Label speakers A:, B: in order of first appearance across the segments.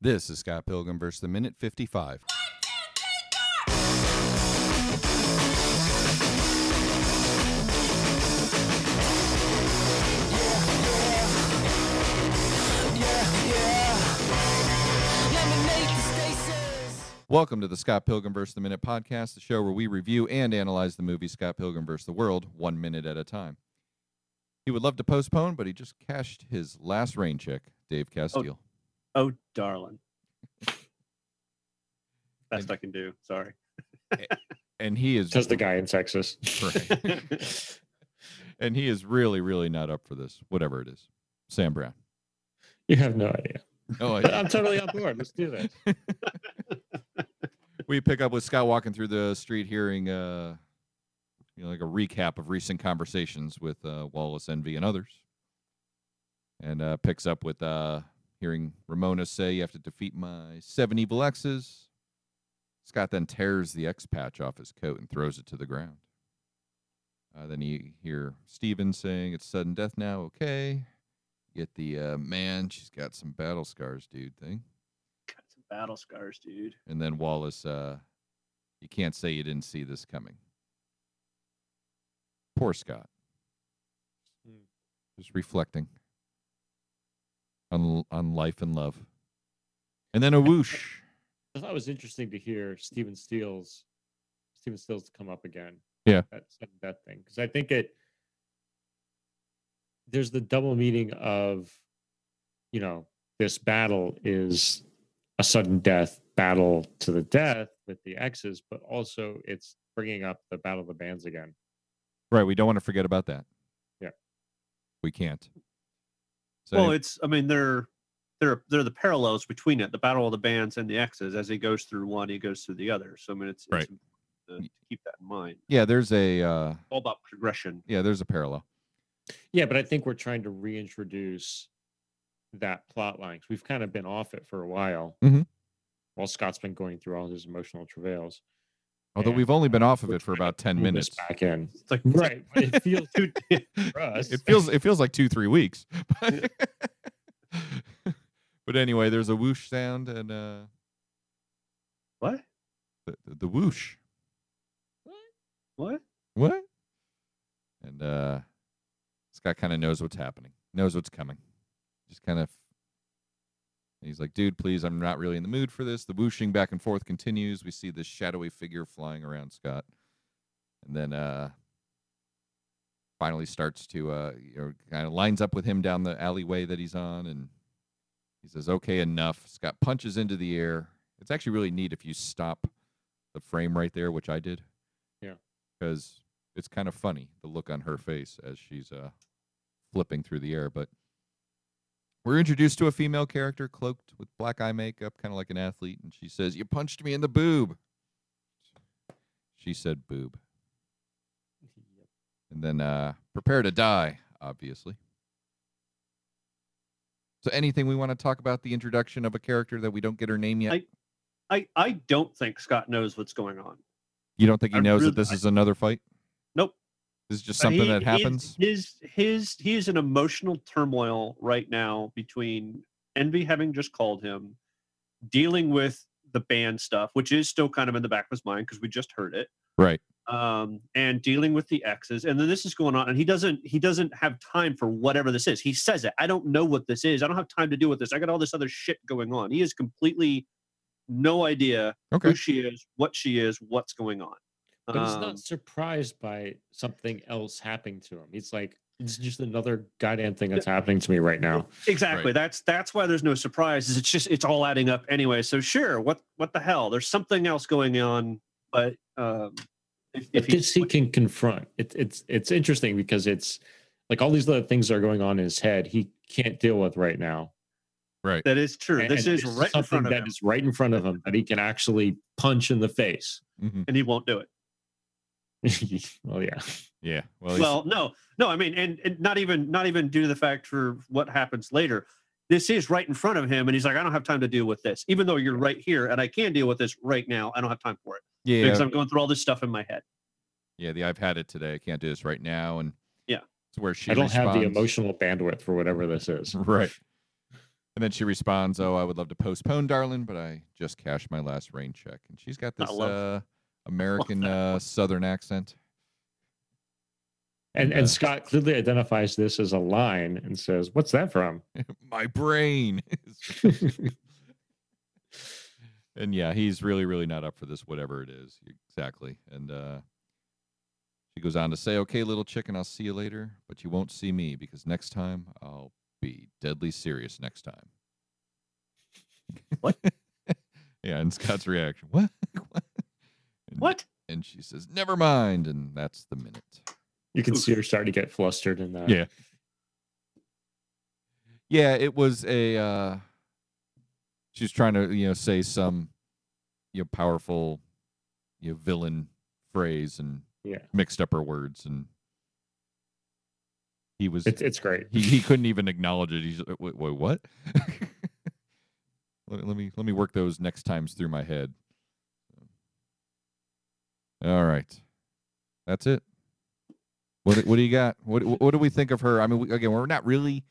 A: This is Scott Pilgrim versus the Minute 55. Welcome to the Scott Pilgrim vs. the Minute podcast, the show where we review and analyze the movie Scott Pilgrim vs. the World one minute at a time. He would love to postpone, but he just cashed his last rain check, Dave Castile.
B: Oh, darling. Best I can do. Sorry.
A: And he is
C: Says the guy in Texas.
A: and he is really, really not up for this, whatever it is. Sam Brown.
C: you have no idea.
A: Oh,
C: But I'm totally on board. Let's do this.
A: we pick up with Scott walking through the street hearing uh you know like a recap of recent conversations with uh Wallace Envy and others. And uh picks up with uh hearing Ramona say you have to defeat my seven evil exes. Scott then tears the X patch off his coat and throws it to the ground. Uh, then you hear Steven saying it's sudden death now, okay. Get the uh, man, she's got some battle scars, dude thing.
B: Got some battle scars, dude.
A: And then Wallace, uh, you can't say you didn't see this coming. Poor Scott.
C: Hmm.
A: Just reflecting on, on life and love. And then a whoosh.
C: I thought it was interesting to hear Steven Steele's Steven Steele's come up again.
A: Yeah.
C: That sudden death thing. Because I think it there's the double meaning of, you know, this battle is a sudden death battle to the death with the exes, but also it's bringing up the battle of the bands again.
A: Right. We don't want to forget about that.
C: Yeah.
A: We can't. So,
B: Well, it's I mean, they're they're they're the parallels between it, the battle of the bands and the X's. As he goes through one, he goes through the other. So I mean it's,
A: Right.
B: it's important to, to keep that in mind.
A: yeah, there's a, uh,
B: It's all about progression.
A: yeah, there's a parallel.
C: Yeah, but I think we're trying to reintroduce that plot line. 'cause We've kind of been off it for a while.
A: Mhm.
C: While Scott's been going through all his emotional travails.
A: Although
C: Yeah.
A: we've only been off of
C: We're
A: it for
C: trying to
A: about 10
C: pull this
A: minutes.
C: back in.
B: It's like it's like
C: Right. but it feels
B: two
C: for us.
A: It feels it feels like two three weeks. But, but anyway, there's a whoosh sound and uh,
B: what?
A: the, the the whoosh.
B: What?
A: What? And uh, Scott kind of knows what's happening, knows what's coming. Just kind of. and he's like, dude, please, I'm not really in the mood for this. The whooshing back and forth continues. We see this shadowy figure flying around Scott, and then uh, finally starts to uh, you know, kind of lines up with him down the alleyway that he's on, and he says, "Okay, enough." Scott punches into the air. It's actually really neat if you stop the frame right there, which I did because it's kind of funny the look on her face as she's uh, flipping through the air. But we're introduced to a female character cloaked with black eye makeup, kind of like an athlete, and she says, "You punched me in the boob." She said, "Boob," and then uh, prepare to die, obviously. So, anything we want to talk about the introduction of a character that we don't get her name yet?
B: I- I, I don't think Scott knows what's going on.
A: you don't think he
B: I
A: knows
B: really-
A: that this
B: I-
A: is another fight?
B: Nope.
A: This is just
B: But
A: something
B: he-
A: that
B: his-
A: happens.
B: His, his he is in emotional turmoil right now between envy having just called him, dealing with the band stuff, which is still kind of in the back of his mind because we just heard it,
A: Right.
B: um, and dealing with the exes, and then this is going on, and he doesn't he doesn't have time for whatever this is. He says it. I don't know what this is. I don't have time to deal with this. I got all this other shit going on. He is completely no idea
A: Okay.
B: who she is, what she is, what's going on.
C: but he's
B: Um,
C: not surprised by something else happening to him. He's like, it's just another goddamn thing that's happening to me right now.
B: Exactly. That's that's why there's no surprises. It's just it's all adding up anyway. So sure, what what the hell? There's something else going on, but um if,
C: If
B: if
C: this
B: he's
C: he can confront, it, it's it's interesting because it's like all these other things that are going on in his head he can't deal with right now.
A: Right.
B: that is true.
C: And-
B: this
C: and
B: is right in
C: something
B: front of
C: that
B: him,
C: is right in front of him that he can actually punch in the face.
A: Mm-hmm.
B: and he won't do it.
C: well, yeah.
A: Yeah. Well,
B: Well,
A: he's-
B: no, no. I mean, and, and not even not even due to the fact for what happens later. This is right in front of him, and he's like, I don't have time to deal with this. Even though you're right here, and I can deal with this right now, I don't have time for it
A: yeah,
B: because I'm going through all this stuff in my head.
A: yeah. The I've had it today. I can't do this right now, and
B: Yeah.
A: it's where she.
C: I don't have the
A: responds-
C: emotional bandwidth for whatever this is.
A: Right. And then she responds, "Oh, I would love to postpone, darling, but I just cashed my last rain check." And she's got
B: I
A: this
B: love-
A: uh, American
B: that
A: uh, Southern accent.
C: And
A: Yeah.
C: and Scott clearly identifies this as a line and says, "What's that from?"
A: My brain. and yeah, he's really, really not up for this, whatever it is. Exactly. And uh, she goes on to say, Okay, little chicken, I'll see you later, but you won't see me because next time I'll be deadly serious next time.
B: What?
A: yeah, and Scott's reaction, What? what? And,
B: What?
A: And she says, Never mind. And that's the minute.
C: You can
B: Oof.
C: see her starting to get flustered uh, in that.
A: Yeah. Yeah, it was a. Uh, she was trying to, you know, say some, you know, powerful, you know, villain phrase and
C: Yeah.
A: mixed up her words, and he was
C: It's it's great.
A: he, he couldn't even acknowledge it. He's like, wait, wait what? let, let me let me work those next times through my head. All right, that's it. What do- what do you got? What what what do we think of her? I mean, we, again, we're not really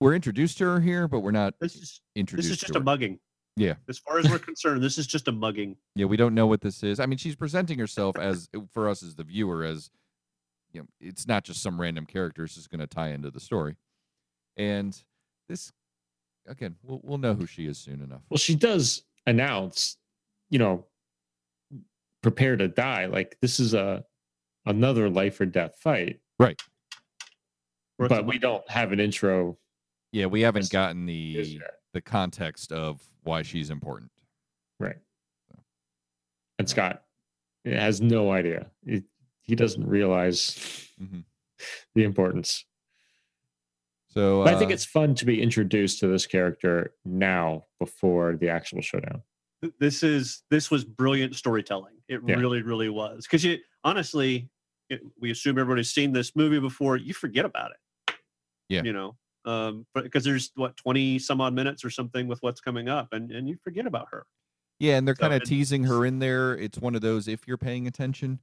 A: we're introduced to her here, but we're not
B: This is this
A: introduced.
B: is just
A: to
B: a
A: her.
B: mugging.
A: Yeah.
B: As far as we're concerned, this is just a mugging.
A: Yeah, we don't know what this is. I mean, she's presenting herself as uh, for us as the viewer as you know, it's not just some random character. It's just going to tie into the story, and this again, we'll we'll know who she is soon enough.
C: Well, she does announce, you know, prepare to die. Like this is a another life or death fight,
B: Or it's a
C: but we
B: mugging.
C: don't have an intro.
A: Yeah, we haven't
C: Yes.
A: gotten
C: Is
A: the
C: yet.
A: the context of why she's important.
C: And Scott has no idea. He, he doesn't realize
A: Mhm.
C: the importance.
A: So
C: But I
A: uh,
C: think it's fun to be introduced to this character now before the actual showdown.
B: Th- this is this was brilliant storytelling. It
C: Yeah.
B: really, really was. Because you honestly, it, we assume everybody's seen this movie before. You forget about it.
A: Yeah.
B: You know, um, because there's what twenty some odd minutes or something with what's coming up, and and you forget about her.
A: Yeah, and they're
B: So
A: kind of
B: it-
A: teasing her in there. It's one of those if you're paying attention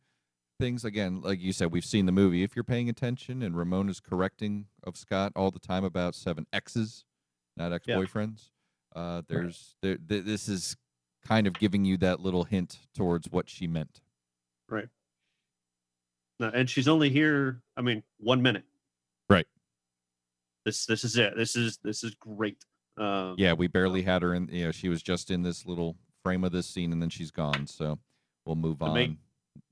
A: things. Again, like you said, we've seen the movie. If you're paying attention, and Ramona's correcting of Scott all the time about seven exes, not ex boyfriends. Uh, there's there, th- this is kind of giving you that little hint towards what she meant.
B: No, and she's only here. I mean, one minute.
A: Right.
B: This this is it. This is this is great. Um,
A: Yeah, we barely had her in. You know, she was just in this little frame of this scene, and then she's gone. So we'll move
B: And
A: on.
B: made-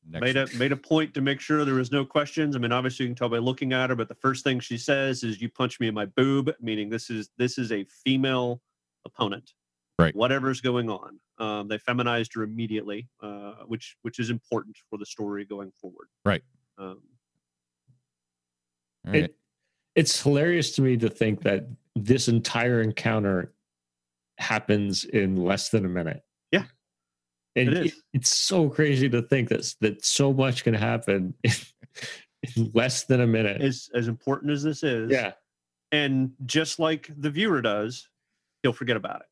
A: next
B: made a made a point to make sure there was no questions. I mean, obviously you can tell by looking at her, but the first thing she says is "You punch me in my boob," meaning this is this is a female opponent.
A: Right.
B: Whatever's going on, um, they feminized her immediately, uh, which which is important for the story going forward.
A: Right.
B: Um,
A: All right.
C: It, it's hilarious to me to think that this entire encounter happens in less than a minute.
B: Yeah.
C: And
B: It is.
C: it- it's so crazy to think that, that so much can happen in, in less than a minute.
B: as as important as this is,
C: yeah.
B: And just like the viewer does, he'll forget about it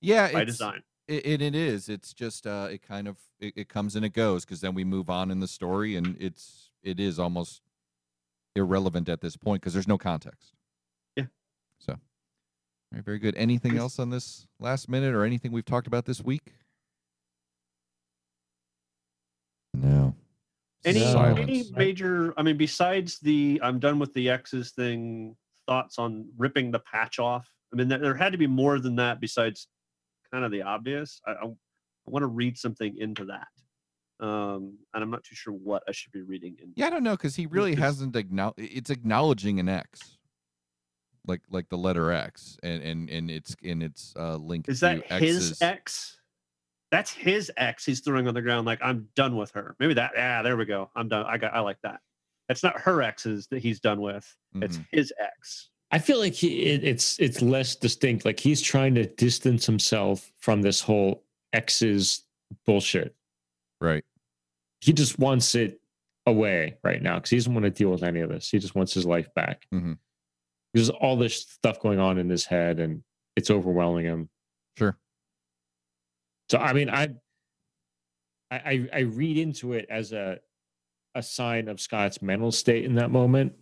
A: yeah,
B: by
A: it's-
B: design.
A: It, it, it is. It's just uh, it kind of it, it comes and it goes because then we move on in the story and it's it is almost irrelevant at this point because there's no context.
B: Yeah.
A: So, all right, very good. Anything
B: Yes.
A: else on this last minute or anything we've talked about this week? No.
B: Any
C: No.
B: any
A: Silence.
B: major? I mean, besides the I'm done with the X's thing. Thoughts on ripping the patch off? I mean, there, there had to be more than that besides kind of the obvious. I, I, want to read something into that, um, and I'm not too sure what I should be reading. In.
A: Yeah, I don't know because he really
B: it's-
A: hasn't acknowledged. It's acknowledging an X, like like the letter X, and and and it's and it's uh, linked.
B: Is
A: to
B: that his
A: X's.
B: X? That's his X. He's throwing on the ground like I'm done with her. Maybe that. Yeah, there we go. I'm done. I got. I like that. That's not her X's that he's done with. It's
A: Mhm.
B: his X.
C: I feel like he it, it's it's less distinct. Like he's trying to distance himself from this whole X's bullshit.
A: Mm-hmm. right.
C: He just wants it away right now because he doesn't want to deal with any of this. He just wants his life back.
A: Mhm.
C: There's all this stuff going on in his head, and it's overwhelming him.
A: Sure.
C: So I mean, I I I- I read into it as a a sign of Scott's mental state in that moment,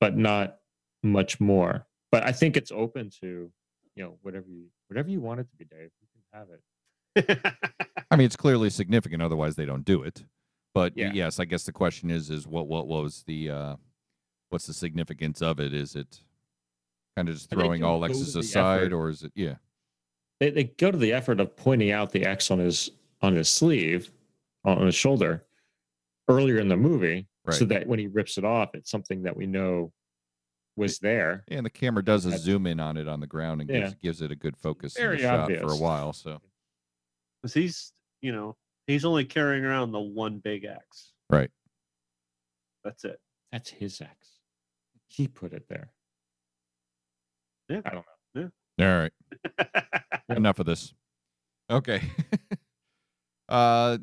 C: but not much more. but I think it's open to you know whatever you whatever you want it to be, Dave. You can have it.
A: I mean, it's clearly significant. Otherwise, they don't do it. But y-
C: Yeah.
A: yes, I guess the question is: is what what was the uh, what's the significance of it? Is it kind of just
C: I think
A: throwing
C: you
A: all
C: go to
A: X's
C: the
A: aside,
C: effort.
A: or is it yeah?
C: They they go to the effort of pointing out the X on his on his sleeve, on his shoulder, earlier in the movie, so
A: Right.
C: that when he rips it off, it's something that we know was there.
A: And the camera does a
C: That's-
A: zoom in on it on the ground and
C: Yeah.
A: gives, gives it a good focus in the
C: Very
A: shot for a
C: obvious.
A: while. So
B: because he's you know he's only carrying around the one big axe.
A: Right.
B: That's it.
C: That's his X. He put it there.
B: Yeah.
C: I don't know.
A: all right, enough of this. Okay. uh,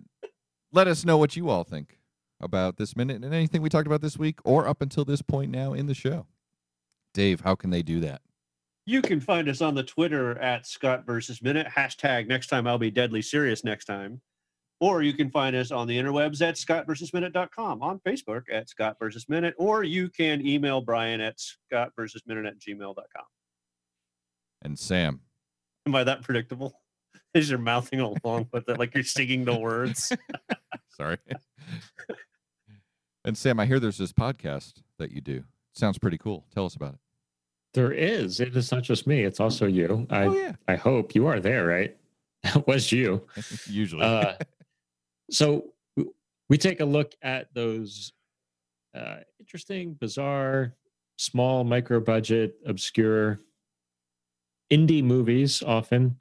A: let us know what you all think about this minute and anything we talked about this week or up until this point now in the show. Dave, how can they do that?
B: you can find us on the Twitter at Scott versus Minute hashtag. Next time I'll be deadly serious. Next time. Or you can find us on the interwebs at scottversusminute.com, on Facebook at Scott versus Minute, or you can email Brian at scottversusminute at gmail.com.
A: And Sam.
B: Am I that predictable? Is your mouthing along with it like you're singing the words?
A: Sorry. and Sam, I hear there's this podcast that you do. Sounds pretty cool. Tell us about it.
C: There is. It is not just me. It's also you. I
A: oh yeah,
C: I hope you are there, right? That was you.
A: usually.
C: Uh, so w- we take a look at those uh, interesting, bizarre, small, micro budget, obscure indie movies often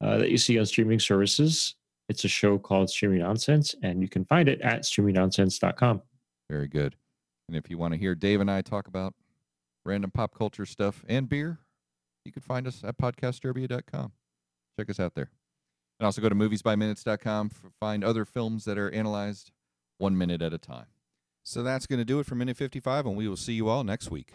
C: uh, that you see on streaming services. It's a show called Streaming Nonsense, and you can find it at streamingnonsense.com.
A: Very good. And if you want to hear Dave and I talk about random pop culture stuff and beer, you can find us at podcastderbia.com. Check us out there. And also go to moviesbyminutes.com to find other films that are analyzed one minute at a time. So that's going to do it for Minute 55, and we will see you all next week.